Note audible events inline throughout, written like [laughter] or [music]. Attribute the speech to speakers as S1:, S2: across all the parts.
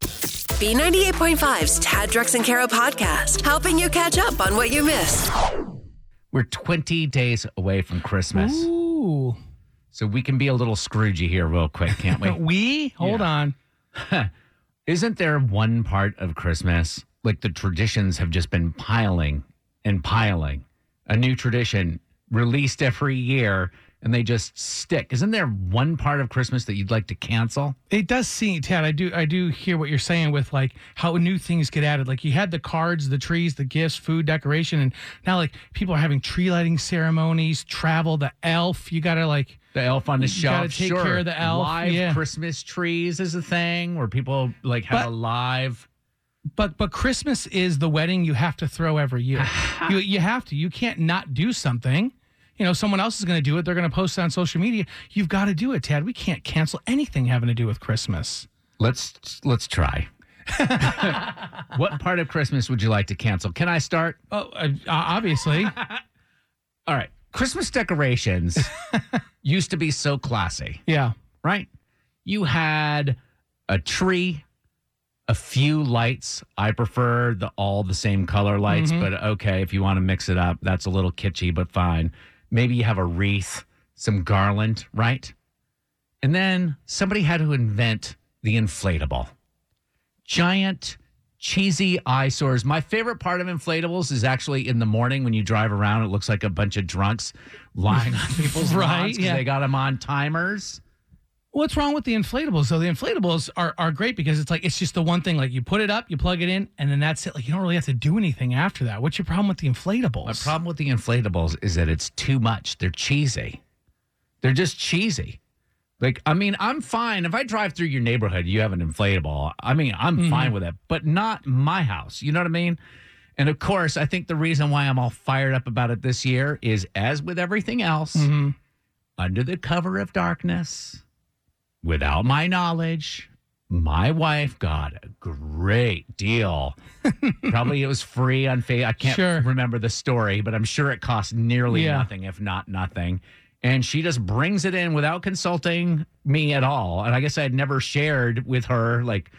S1: B98.5's Tad Drex and Caro podcast, helping you catch up on what you missed.
S2: We're 20 days away from Christmas.
S3: Ooh.
S2: So we can be a little Scroogey here, real quick, can't
S3: But
S2: we?
S3: we? [laughs] Hold on.
S2: [laughs] Isn't there one part of Christmas, like the traditions have just been piling and piling? A new tradition released every year and they just stick. Isn't there one part of Christmas that you'd like to cancel?
S3: It does seem, Tad. I do. I do hear what you're saying with like how new things get added. Like you had the cards, the trees, the gifts, food, decoration, and now like people are having tree lighting ceremonies, travel, the elf. You gotta like
S2: The elf on the
S3: You
S2: shelf.
S3: gotta take
S2: sure.
S3: care of the elf,
S2: Live
S3: yeah.
S2: Christmas trees is a thing where people like have a
S3: But-
S2: live
S3: but but Christmas is the wedding you have to throw every year. you you have to. You can't not do something. You know, someone else is going to do it. They're going to post it on social media. You've got to do it, Tad. We can't cancel anything having to do with Christmas.
S2: Let's let's try. what part of Christmas would you like to cancel? Can I start?
S3: Oh, uh, [laughs] obviously.
S2: All right. Christmas decorations used to be so classy,
S3: yeah.
S2: right? You had a tree, a few lights. I prefer the all the same color lights,
S3: Mhm.
S2: but okay, if you want to mix it up, that's a little kitschy, but fine. Maybe you have a wreath, some garland, right? And then somebody had to invent the inflatable. giant cheesy eyesores. My favorite part of inflatables is actually in the morning when you drive around, it looks like a bunch of drunks lying
S3: [laughs]
S2: on people's
S3: Right,
S2: lawns 'cause
S3: yeah.
S2: they got them on timers.
S3: What's wrong with the inflatables? though? the inflatables are, are great because it's like it's just the one thing. Like you put it up, you plug it in, and then that's it. Like you don't really have to do anything after that. What's your problem with the inflatables?
S2: My problem with the inflatables is that it's too much. They're cheesy. They're just cheesy. Like, I mean, I'm fine. If I drive through your neighborhood, you have an inflatable. I mean, I'm fine with it, but not my house. You know what I mean? And of course, I think the reason why I'm all fired up about it this year is as with everything else,
S3: Mhm.
S2: under the cover of darkness, without my knowledge, my wife got a great
S3: [laughs]
S2: deal. Probably it was free on Facebook. I can't
S3: Sure.
S2: remember the story, but I'm sure it cost nearly
S3: Yeah.
S2: nothing, if not nothing. And she just brings it in without consulting me at all. And I guess I had never shared with her like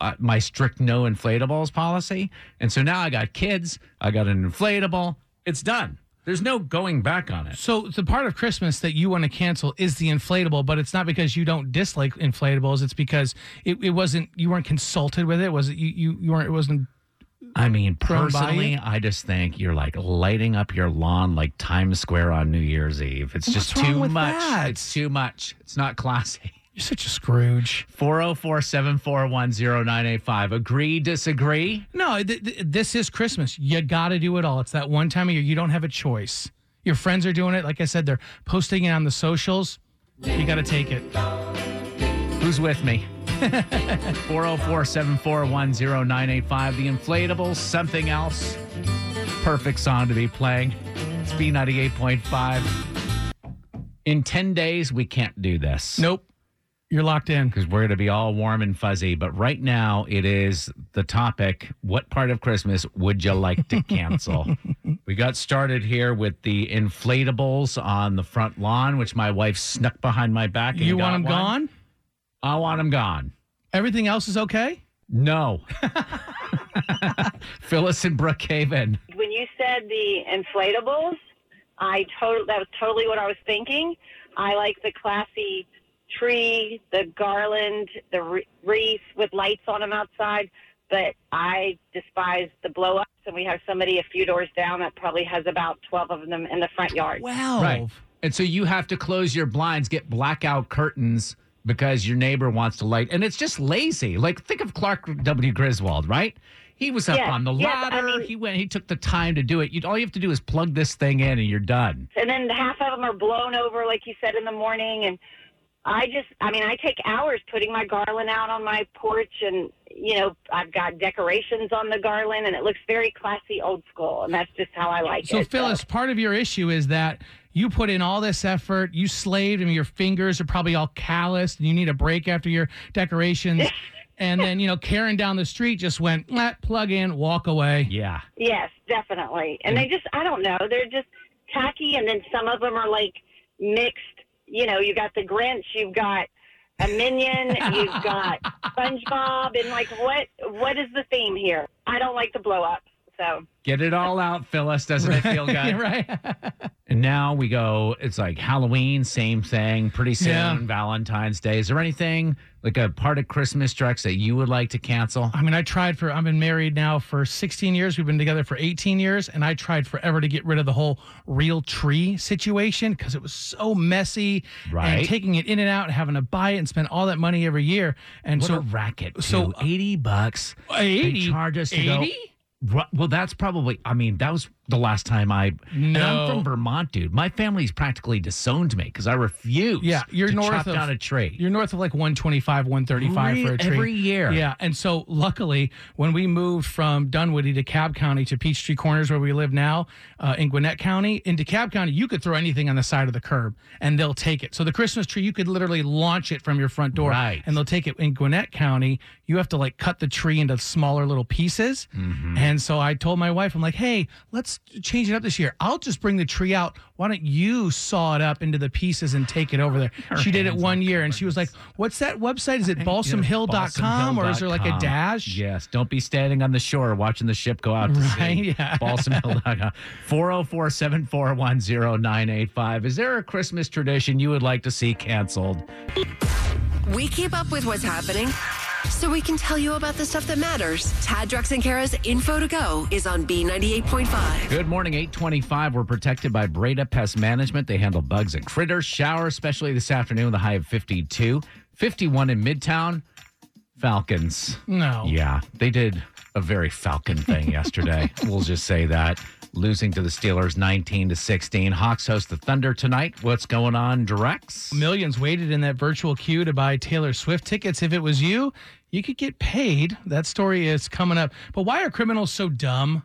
S2: uh, my strict no inflatables policy. And so now I got kids, I got an inflatable. It's done. There's no going back on it.
S3: So the part of Christmas that you want to cancel is the inflatable, but it's not because you don't dislike inflatables. It's because it, it wasn't you weren't consulted with it. Was it you you, you weren't it wasn't
S2: I mean,
S3: Thrown by
S2: personally,
S3: you?
S2: I just think you're like lighting up your lawn like Times Square on New Year's Eve. It's just
S3: What's wrong
S2: too
S3: with
S2: much.
S3: that?
S2: It's too much. It's not
S3: [laughs]
S2: classy.
S3: you're such a Scrooge.
S2: 404 741 0985. Agree, disagree?
S3: No, th- th- this is Christmas. You got to do it all. It's that one time of year you don't have a choice. Your friends are doing it. Like I said, they're posting it on the socials. You got to take it.
S2: Who's with
S3: [laughs]
S2: me? 404 741 0985. The inflatable, something else. Perfect song to be playing. It's B98.5. In 10 days, we can't do this.
S3: Nope. You're locked in.
S2: because we're going to be all warm and fuzzy. But right now, it is the topic what part of Christmas would you like
S3: [laughs]
S2: to cancel? we got started here with the inflatables on the front lawn, which my wife snuck behind my back. And
S3: You
S2: got
S3: want them
S2: one.
S3: gone?
S2: I want them gone.
S3: Everything else is okay?
S2: No.
S3: [laughs]
S2: [laughs] Phyllis and Brookhaven.
S4: when you said the inflatables, I total that was totally what I was thinking. I like the classy tree, the garland, the wre- wreath with lights on them outside, but I despise the blow ups. And we have somebody a few doors down that probably has about 12 of them in the front yard.
S3: Well,
S2: Right. And so you have to close your blinds, get blackout curtains because your neighbor wants to light. And it's just lazy. Like think of Clark W. Griswold, right? He was up
S4: Yes,
S2: on the
S4: yes, I
S2: ladder.
S4: mean-
S2: he went. He took the time to do it. You all you have to do is plug this thing in, and you're done.
S4: and then half of them are blown over, like you said in the morning. And I just, I mean, I take hours putting my garland out on my porch, and you know, I've got decorations on the garland, and it looks very classy, old school, and that's just how I like
S3: So
S4: it.
S3: Phyllis, part of your issue is that you put in all this effort, you slaved, and your fingers are probably all calloused, and you need a break after your
S2: [laughs]
S3: decorations. and then you know, Karen down the street just went, "Let plug in, walk away."
S2: Yeah.
S4: Yes, definitely. And they just, I don't know, they're just tacky. And then some of them are like mixed. You know, you got the Grinch, you've got a Minion, you've got SpongeBob, and like what? What is the theme here? I don't like the blow up. So
S2: Get it all out, Phyllis. Doesn't it feel good?
S3: Yeah, [laughs] right.
S2: [laughs] And now we go, it's like Halloween, same thing. Pretty soon,
S3: Yeah.
S2: Valentine's Day. Is there anything like a part of Christmas, Drex, that you would like to cancel?
S3: I mean, I tried for, I've been married now for 16 years. We've been together for 18 years. And I tried forever to get rid of the whole real tree situation because it was so messy.
S2: Right.
S3: And taking it in and out and having to buy it and spend all that money every year. And
S2: What a
S3: so,
S2: racket. too.
S3: so, uh,
S2: 80 bucks. They charge us to go.
S3: 80?
S2: Ru- Well, that's probably, I mean, that was the last time I. and
S3: No.
S2: I'm from Vermont, dude. My family's practically disowned me because I refuse
S3: Yeah, you're
S2: to
S3: north
S2: chop
S3: of-
S2: down a tree.
S3: You're north of like 125, 135 for a
S2: Every-
S3: tree.
S2: every year.
S3: Yeah. And so luckily, when we moved from Dunwoody to Cab County to Peachtree Corners, where we live now uh, in Gwinnett County, into Cab County, you could throw anything on the side of the curb and they'll take it. So the Christmas tree, you could literally launch it from your front door
S2: Right.
S3: and they'll take it. In Gwinnett County, you have to like cut the tree into smaller little pieces.
S2: Mm-hmm.
S3: And so I told my wife, I'm like, hey, let's change it up this year. I'll just bring the tree out. Why don't you saw it up into the pieces and take it over
S2: [laughs]
S3: there? she did it
S2: hands
S3: one year and she was like, What's that website? Is it balsamhill.com or is there like a
S2: balsamhill.com.
S3: dash?
S2: Yes. Don't be standing on the shore watching the ship go out to
S3: Right,
S2: sea. oh
S3: yeah. [laughs]
S2: Balsamhill.com. 404 741 0985. Is there a Christmas tradition you would like to see canceled?
S1: We keep up with what's happening so we can tell you about the stuff that matters. Tad, Drex, and Kara's info to go is on B98.5.
S2: Good morning, 825. We're protected by Breda Pest Management. They handle bugs and critters. Shower, especially this afternoon, the high of 52. 51 in Midtown. Falcons.
S3: No.
S2: Yeah, they did a very Falcon thing
S3: [laughs]
S2: yesterday. we'll just say that. Losing to the Steelers 19 to 16. Hawks host the Thunder tonight. What's going on, Drex?
S3: Millions waited in that virtual queue to buy Taylor Swift tickets. If it was you, you could get paid. That story is coming up. But why are criminals so dumb?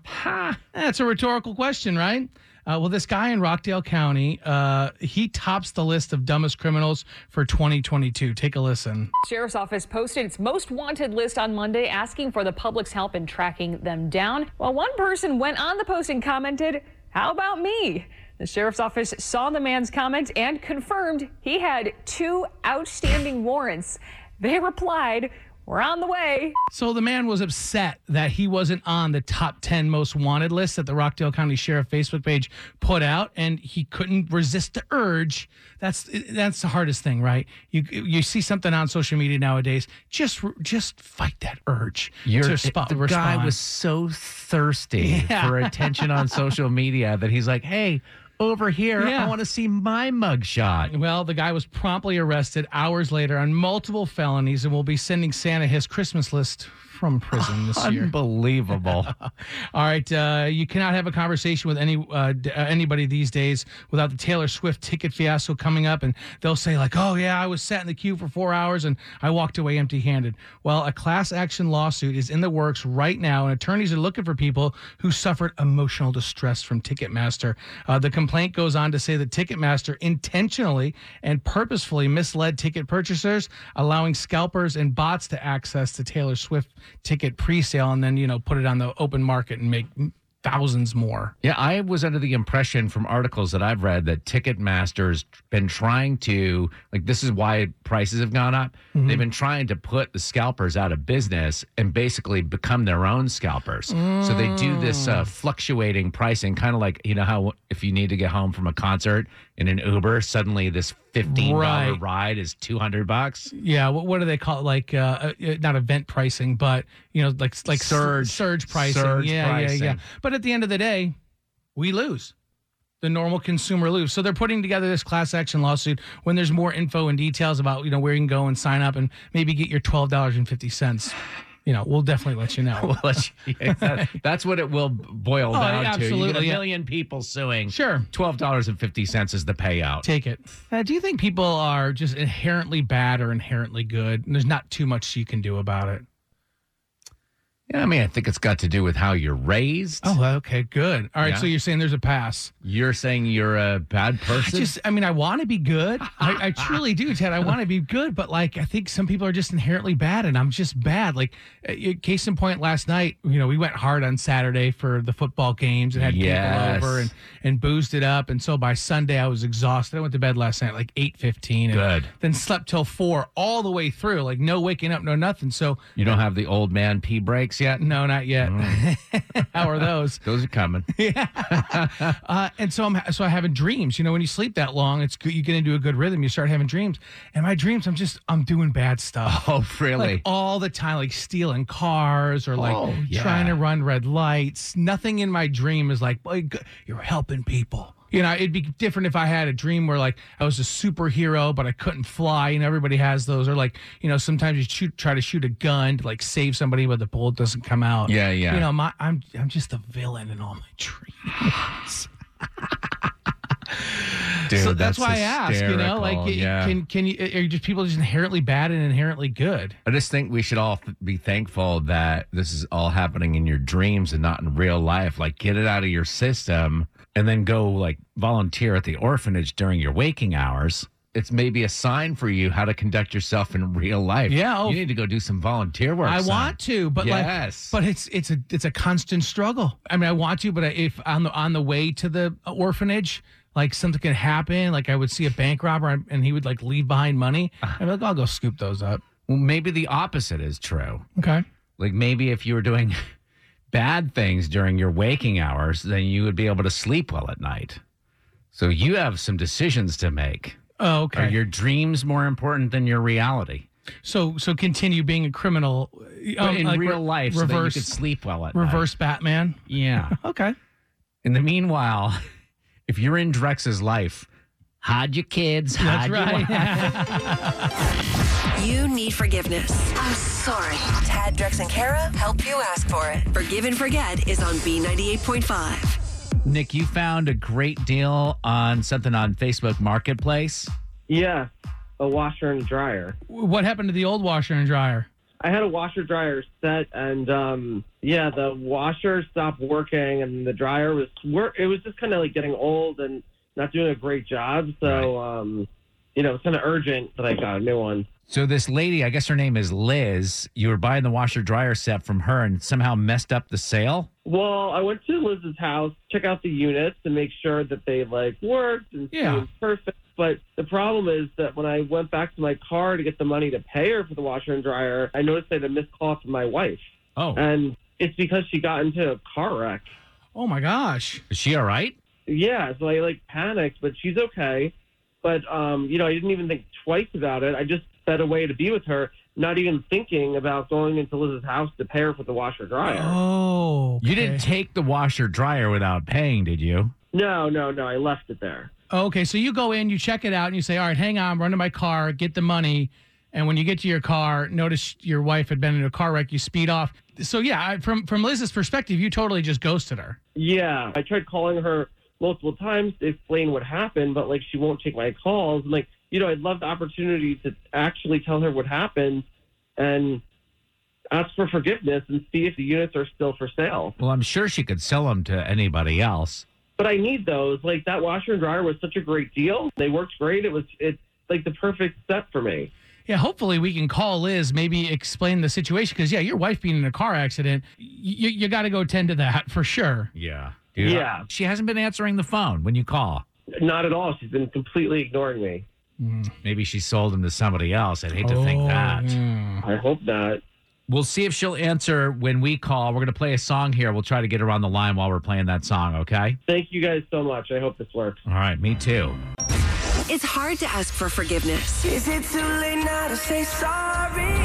S3: That's a rhetorical question, right? Uh, well, this guy in Rockdale County, uh, he tops the list of dumbest criminals for 2022. Take a listen.
S5: Sheriff's Office posted its most wanted list on Monday, asking for the public's help in tracking them down. While one person went on the post and commented, How about me? The Sheriff's Office saw the man's comment and confirmed he had two outstanding warrants. They replied, We're on the way.
S3: So the man was upset that he wasn't on the top 10 most wanted list that the Rockdale County Sheriff Facebook page put out and he couldn't resist the urge. That's that's the hardest thing, right? You you see something on social media nowadays, just just fight that urge.
S2: You're-
S3: to spot,
S2: the guy
S3: respond.
S2: was so thirsty for attention
S3: [laughs]
S2: on social media that he's like, hey, over here,
S3: Yeah.
S2: I want to see my mugshot.
S3: Well, the guy was promptly arrested hours later on multiple felonies and will be sending Santa his Christmas list from
S2: [laughs]
S3: prison this year.
S2: Unbelievable.
S3: [laughs] All right, uh, you cannot have a conversation with any uh, d- uh, anybody these days without the Taylor Swift ticket fiasco coming up, and they'll say like, "Oh yeah, I was sat in the queue for four hours and I walked away empty-handed." Well, a class action lawsuit is in the works right now, and attorneys are looking for people who suffered emotional distress from Ticketmaster. Uh, the complaint goes on to say that Ticketmaster intentionally and purposefully misled ticket purchasers, allowing scalpers and bots to access the Taylor Swift ticket presale and then, you know, put it on the open market and make thousands more.
S2: [laughs] Yeah, I was under the impression from articles that I've read that Ticketmaster's been trying to like this is why prices have gone up.
S3: Mm-hmm.
S2: They've been trying to put the scalpers out of business and basically become their own scalpers. So they do this
S3: Mm.
S2: uh, fluctuating pricing, kind of like you know how if you need to get home from a concert in an Uber, suddenly this fifteen dollar
S3: Right.
S2: ride is two hundred bucks. [laughs]
S3: Yeah, what, what do they call it? Like, uh, uh, not event pricing, but, you know, like like s-
S2: Surge.
S3: surge pricing.
S2: Surge
S3: yeah,
S2: pricing.
S3: yeah, yeah. But at the end of the day, we lose. The normal consumer lose. So they're putting together this class action lawsuit when there's more info and details about, you know, where you can go and sign up and maybe get your $12.50. You know, we'll definitely let you know.
S2: Well, that's- [laughs] yeah, that- that's what it will boil
S3: Oh,
S2: down to. You get
S3: absolutely,
S2: a
S3: yeah.
S2: million people suing.
S3: Sure.
S2: Twelve dollars and fifty cents is the payout.
S3: Take it. Uh, do you think people are just inherently bad or inherently good? And there's not too much you can do about it.
S2: Yeah, I mean, I think it's got to do with how you're raised.
S3: Oh, okay, good. All right,
S2: Yeah.
S3: so you're saying there's a pass.
S2: You're saying you're a bad
S3: I
S2: person?
S3: just, I mean, I want to be good. I, I truly do, Ted. I want to be good, but like, I think some people are just inherently bad, and I'm just bad. Like, uh, you- case in point, last night, you know, we went hard on Saturday for the football games and had
S2: Yes.
S3: people over and and boozed it up, and so by Sunday, I was exhausted. I went to bed last night at like eight fifteen.
S2: Good.
S3: Then slept till four all the way through, like no waking up, no nothing. So
S2: you don't have the old man pee breaks yet?
S3: no, not yet.
S2: Mm.
S3: [laughs] How are those?
S2: Those are
S3: [laughs]
S2: coming.
S3: Uh, and so I'm so I having dreams. You know, when you sleep that long, it's good. You get into a good rhythm. You start having dreams. And my dreams, I'm just I'm doing bad stuff.
S2: [laughs] oh, really?
S3: Like all the time, like stealing cars or like
S2: Oh, yeah.
S3: trying to run red lights. Nothing in my dream is like, boy, g- you're helping people. You know, it'd be different if I had a dream where like I was a superhero, but I couldn't fly. You know, everybody has those. Or like, you know, sometimes you shoot, try to shoot a gun to like save somebody, but the bullet doesn't come out.
S2: Yeah, yeah.
S3: You know, my, I'm I'm just a villain in all my [laughs] dreams.
S2: Dude,
S3: so that's, why I ask. You
S2: hysterical.
S3: know, like, y-
S2: yeah.
S3: can can you are you just people just inherently bad and inherently good?
S2: I just think we should all th- be thankful that this is all happening in your dreams and not in real life. Like, get it out of your system and then go like volunteer at the orphanage during your waking hours. It's maybe a sign for you how to conduct yourself in real life.
S3: Yeah, oh.
S2: you need to go do some volunteer work.
S3: I
S2: son.
S3: want to, but
S2: Yes.
S3: like, but it's it's a it's a constant struggle. I mean, I want to, but I- if on the on the way to the orphanage, like something could happen. Like I would see a bank robber and he would like leave behind money.
S2: Ah.
S3: I'd be like, I'll go scoop those up.
S2: Well, maybe the opposite is true.
S3: Okay.
S2: Like maybe if you were doing [laughs] bad things during your waking hours, then you would be able to sleep well at night. So you have some decisions to make.
S3: Oh,
S2: Are
S3: okay.
S2: your dreams more important than your reality?
S3: so so continue being a criminal
S2: But
S3: um,
S2: in
S3: like,
S2: real
S3: re-
S2: life, so that
S3: Reverse
S2: you could sleep well at
S3: reverse Batman.
S2: night.
S3: [laughs]
S2: Yeah.
S3: Okay.
S2: in the meanwhile, if you're in Drex's life, hide your kids,
S3: That's
S2: hide your wife.
S3: [laughs] right.
S1: You need forgiveness. I'm sorry. Tad, Drex, and Kara help you ask for it. Forgive and Forget is on B98.5.
S2: Nick, you found a great deal on something on Facebook Marketplace.
S6: Yeah, a washer and dryer.
S3: what happened to the old washer and dryer?
S6: I had a washer dryer set, and um, yeah, the washer stopped working, and the dryer was work. It was just kind of like getting old and not doing a great job. So, um, you know, it's kind of urgent that I got a new one.
S2: So this lady, I guess her name is Liz, you were buying the washer dryer set from her and somehow messed up the sale.
S6: Well, I went to Liz's house, check out the units, and make sure that they like worked and
S3: Yeah.
S6: seemed perfect. But the problem is that when I went back to my car to get the money to pay her for the washer and dryer, I noticed I had a missed call from my wife,
S2: Oh,
S6: and it's because she got into a car wreck.
S3: Oh my gosh.
S2: is she all right?
S6: yeah, so I like panicked, but she's okay. But um, you know, I didn't even think twice about it. I just sped away to be with her, not even thinking about going into Liz's house to pay her for the washer dryer.
S3: [gasps] Oh.
S2: You didn't
S3: okay.
S2: take the washer dryer without paying, did you?
S6: No, no, no, I left it there.
S3: oh, Okay, so you go in, you check it out, and you say, "All right, hang on, run to my car, get the money." And when you get to your car, notice your wife had been in a car wreck. You speed off. So yeah, I- from from Liz's perspective, you totally just ghosted her.
S6: Yeah, I tried calling her multiple times to explain what happened, but like she won't take my calls. And like, you know, I'd love the opportunity to actually tell her what happened and ask for forgiveness and see if the units are still for sale.
S2: Well, I'm sure she could sell them to anybody else.
S6: but I need those. Like that washer and dryer was such a great deal. They worked great. It was it's like the perfect set for me.
S3: Yeah, hopefully we can call Liz, maybe explain the situation because yeah, your wife being in a car accident, you you got to go tend to that for sure.
S2: Yeah.
S6: Yeah.
S2: She hasn't been answering the phone when you call.
S6: Not at all. She's been completely ignoring me.
S2: Maybe she sold them to somebody else. I'd hate to
S3: Oh,
S2: think that.
S6: I hope not.
S2: We'll see if she'll answer when we call. We're going to play a song here. We'll try to get her on the line while we're playing that song, okay?
S6: Thank you guys so much. I hope this works.
S2: All right, me too.
S1: It's hard to ask for forgiveness.
S7: Is it too late now to say sorry?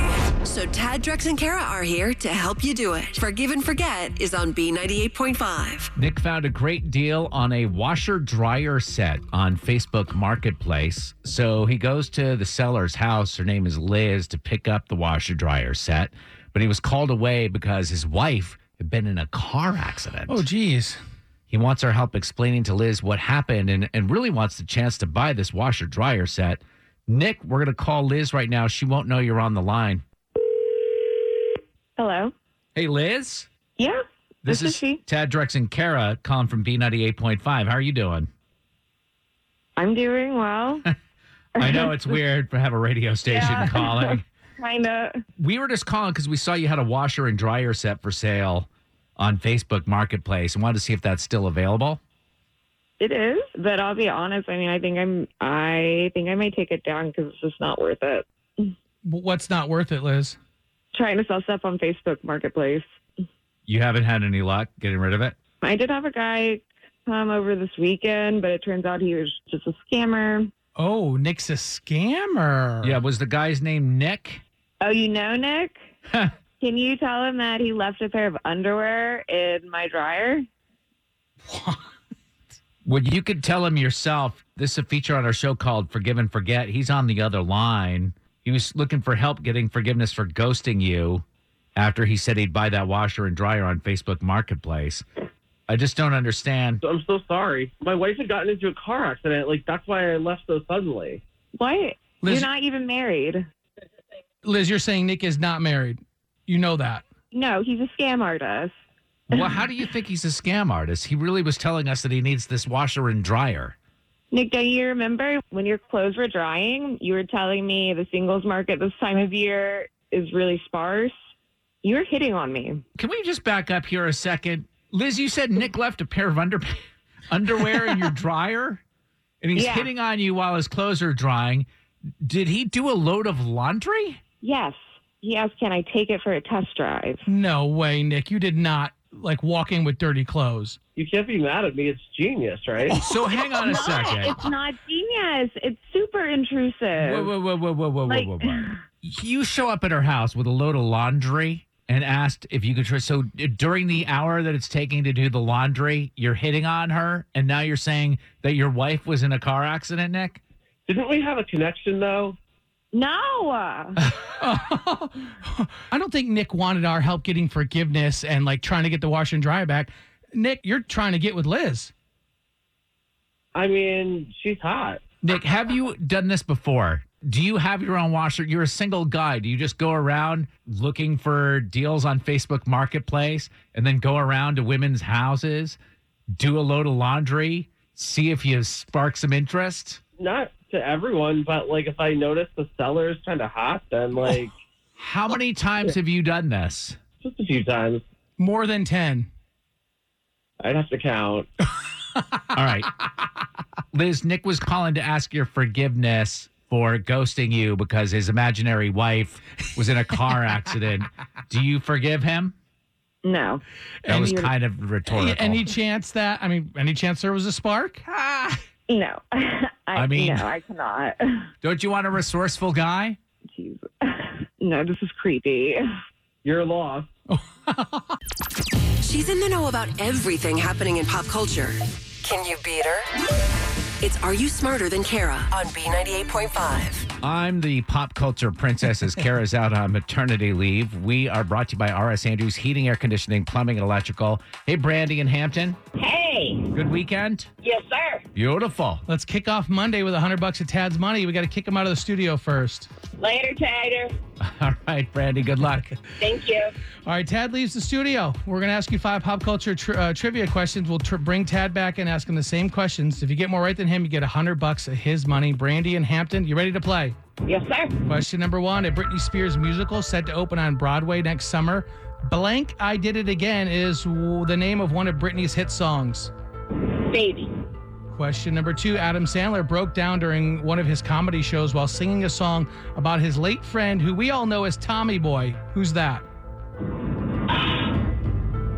S1: So Tad, Drex, and Kara are here to help you do it. Forgive and Forget is on B98.5.
S2: Nick found a great deal on a washer dryer set on Facebook Marketplace. So he goes to the seller's house. Her name is Liz to pick up the washer dryer set, but he was called away because his wife had been in a car accident.
S3: Oh geez.
S2: He wants our help explaining to Liz what happened and, and really wants the chance to buy this washer dryer set. Nick, we're going to call Liz right now. She won't know you're on the line.
S8: Hello.
S2: Hey, Liz.
S4: Yeah.
S2: This, is,
S4: she.
S2: Tad Drex and Kara calling from B98.5. How are you doing?
S4: I'm
S2: [laughs]
S4: doing well.
S2: I know
S3: [laughs]
S2: it's weird to have a radio station calling.
S4: kind of.
S2: We were just calling because we saw you had a washer and dryer set for sale on Facebook Marketplace and wanted to see if that's still available.
S4: It is, but I'll be honest. I mean, I think I'm. I think I might take it down because it's just not worth it.
S3: W- What's not worth it, Liz?
S4: Trying to sell stuff on Facebook Marketplace.
S2: You haven't had any luck getting rid of it?
S4: I did have a guy come over this weekend, but it turns out he was just a scammer.
S3: Oh, Nick's a scammer.
S2: Yeah, was the guy's name Nick?
S4: Oh, you
S2: [laughs]
S4: know, Nick? Can you tell him that he left a pair of underwear in my dryer?
S2: Well, you could tell him yourself. This is a feature on our show called Forgive and Forget. He's on the other line. He was looking for help getting forgiveness for ghosting you after he said he'd buy that washer and dryer on Facebook Marketplace. I just don't understand.
S6: So I'm so sorry. My wife had gotten into a car accident. Like that's why I left so suddenly.
S4: What?
S3: Liz-
S4: You're not even married.
S3: Liz, you're saying Nick is not married. You know that.
S4: No, he's a scam artist.
S2: Well, how do you think he's a scam artist? He really was telling us that he needs this washer and dryer.
S4: Nick, don't you remember when your clothes were drying? You were telling me the singles market this time of year is really sparse. You were hitting on me.
S2: Can we just back up here a second? Liz, you said Nick left a pair of under- [laughs] underwear
S3: [laughs]
S2: in your dryer and he's
S4: Yeah.
S2: hitting on you while his clothes are drying. Did he do a load of laundry?
S4: Yes. He asked, Can I take it for a test drive?
S3: No way, Nick. You did not like walk in with dirty clothes.
S6: You can't be mad at me. It's genius, right?
S2: [laughs] So hang on a second.
S4: It's not genius. It's super intrusive.
S2: Whoa, whoa, whoa, whoa, whoa, whoa,
S4: Like-
S2: whoa, whoa, whoa. You show up at her house with a load of laundry and asked if you could try. So during the hour that it's taking to do the laundry, you're hitting on her, and now you're saying that your wife was in a car accident, Nick?
S6: Didn't we have a connection though?
S2: [laughs]
S4: No.
S3: [laughs] I don't think Nick wanted our help getting forgiveness and like trying to get the wash and dry back. Nick, you're trying to get with Liz.
S6: I mean, she's hot.
S2: Nick, have you done this before? Do you have your own washer? You're a single guy. Do you just go around looking for deals on Facebook Marketplace and then go around to women's houses, do a load of laundry, see if you spark some interest?
S6: Not to everyone, but like if I notice the seller is kind of hot, then like
S2: How many times have you done this?
S6: just a few times,
S3: More than 10.
S6: I'd have to count.
S2: All right. Liz, Nick was calling to ask your forgiveness for ghosting you because his imaginary wife was in a car accident. Do you forgive him?
S4: no.
S2: That
S3: And
S2: was
S4: you're-
S2: kind of rhetorical.
S3: Any chance that, I mean, any chance there was a spark?
S4: No. [laughs] I,
S2: I mean-
S4: no, I cannot. [laughs]
S2: Don't you want a resourceful guy?
S4: Jeez. No, this is creepy.
S6: You're lost.
S1: She's in the know about everything happening in pop culture. Can you beat her? It's Are You Smarter Than Kara on B98.5.
S2: I'm the pop culture princess as Kara's out on maternity leave. We are brought to you by RS Andrews Heating, Air Conditioning, Plumbing, and Electrical. Hey, Brandy and Hampton.
S4: Hey.
S2: Good weekend.
S4: Yes, sir.
S2: Beautiful.
S3: Let's kick off Monday with 100 bucks of Tad's money. We got to kick him out of the studio first.
S4: Later, Tiger.
S2: [laughs] All right, Brandy, good luck.
S3: [laughs]
S4: Thank you.
S3: All right, Tad leaves the studio. We're going to ask you five pop culture tri- uh, trivia questions. We'll tr- bring Tad back and ask him the same questions. If you get more right than him, you get 100 bucks of his money. Brandy and Hampton, you ready to play?
S4: Yes, sir.
S3: Question number one A Britney Spears musical set to open on Broadway next summer. Blank I Did It Again is w- the name of one of Britney's hit songs.
S4: Baby.
S3: Question number two Adam Sandler broke down during one of his comedy shows while singing a song about his late friend who we all know as Tommy Boy. Who's that?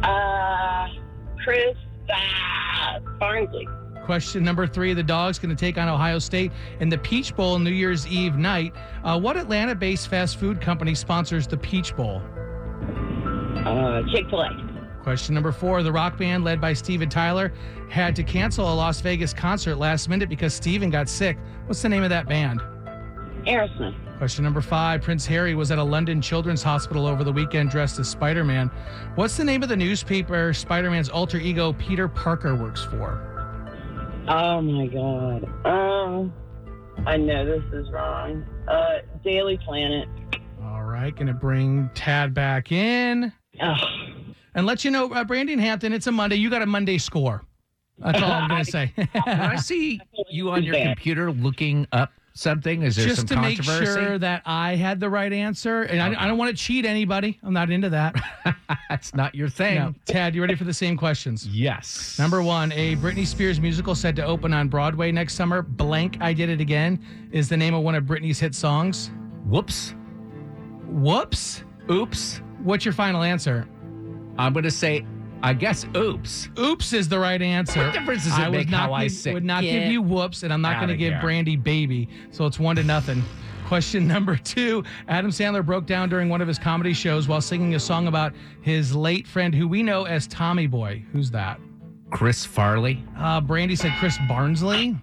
S4: Uh, Chris uh, Barnsley.
S3: Question number three The dog's going to take on Ohio State in the Peach Bowl New Year's Eve night. Uh, what Atlanta based fast food company sponsors the Peach Bowl?
S4: Uh, Chick Fil A.
S3: Question number four The rock band led by Steven Tyler had to cancel a Las Vegas concert last minute because Steven got sick. What's the name of that band?
S4: Aerosmith.
S3: Question number five Prince Harry was at a London children's hospital over the weekend dressed as Spider Man. What's the name of the newspaper Spider Man's alter ego Peter Parker works for?
S4: Oh my God. Um, I know this is wrong. Uh, Daily Planet.
S3: All right, gonna bring Tad back in
S4: Ugh.
S3: and let you know, uh, Brandy and Hampton. It's a Monday. You got a Monday score. That's all I'm gonna say. [laughs]
S2: When I see you on your
S4: Bad.
S2: computer looking up something, is there some
S3: Just to make
S2: controversy? [laughs]
S3: sure that I had the right answer, and I, I don't want to cheat anybody. I'm not into
S2: [laughs]
S3: that.
S2: That's not your thing.
S3: No. Tad, you ready for the same questions?
S2: Yes.
S3: Number one, a Britney Spears musical set to open on Broadway next summer. Blank, I Did It Again is the name of one of Britney's hit songs.
S2: Whoops.
S3: Whoops.
S2: Oops.
S3: What's your final answer?
S2: I'm going to say, I guess, oops.
S3: Oops is the right answer.
S2: What difference does it
S3: I would
S2: make
S3: not
S2: how I
S3: give-
S2: sing?
S3: Would not
S5: Get
S3: give you whoops, and I'm not going to
S2: outta
S3: give
S2: here.
S3: Brandy baby. So it's one to nothing. Question [laughs] number two: Adam Sandler broke down during one of his comedy shows while singing a song about his late friend, who we know as Tommy Boy. Who's that?
S2: Chris Farley.
S3: Uh, Brandy said Chris Barnsley.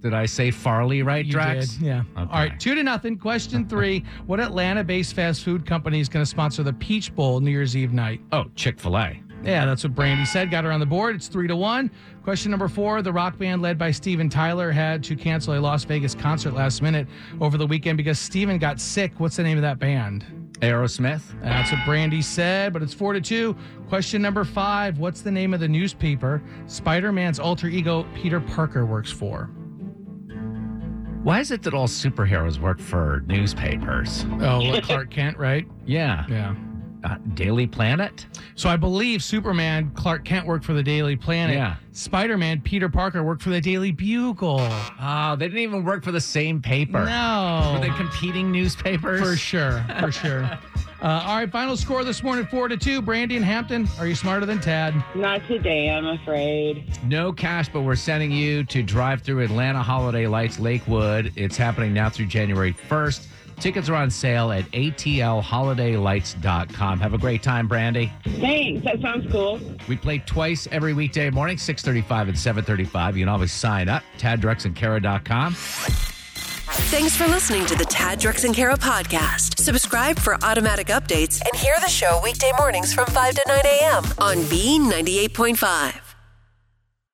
S2: Did I say Farley right,
S3: You
S2: Drax?
S3: did, Yeah. All
S2: Okay.
S3: right. Two to nothing. Question
S2: [laughs]
S3: three: What Atlanta-based fast food company is going to sponsor the Peach Bowl New Year's Eve night?
S2: Oh, Chick fil A.
S3: Yeah, that's what Brandy said. Got her on the board. It's three to one. Question number four The rock band led by Steven Tyler had to cancel a Las Vegas concert last minute over the weekend because Steven got sick. What's the name of that band?
S2: Aerosmith.
S3: That's what Brandy said, but it's four to two. Question number five What's the name of the newspaper Spider Man's alter ego Peter Parker works for?
S2: Why is it that all superheroes work for newspapers?
S3: Oh,
S2: [laughs]
S3: like Clark Kent, right?
S2: Yeah.
S3: Yeah.
S2: Uh, Daily Planet?
S3: So I believe Superman, Clark Kent worked for the Daily Planet.
S2: Yeah.
S3: Spider Man, Peter Parker worked for the Daily Bugle.
S2: Ah, they didn't even work for the same paper.
S3: No.
S2: Were they competing newspapers?
S3: For sure, for sure. Uh, all right, final score this morning: four to two. Brandy and Hampton. Are you smarter than Tad?
S4: Not today, I'm afraid.
S2: No cash, but we're sending you to drive through Atlanta Holiday Lights Lakewood. It's happening now through January 1st. Tickets are on sale at atlholidaylights.com. Have a great time, Brandy.
S4: Thanks. That sounds cool.
S2: We play twice every weekday morning, 635 and 735. You can always sign up, taddrexandkara.com.
S1: Thanks for listening to the Tad Drex and Kara podcast. Subscribe for automatic updates and hear the show weekday mornings from 5 to 9 a.m. on B98.5.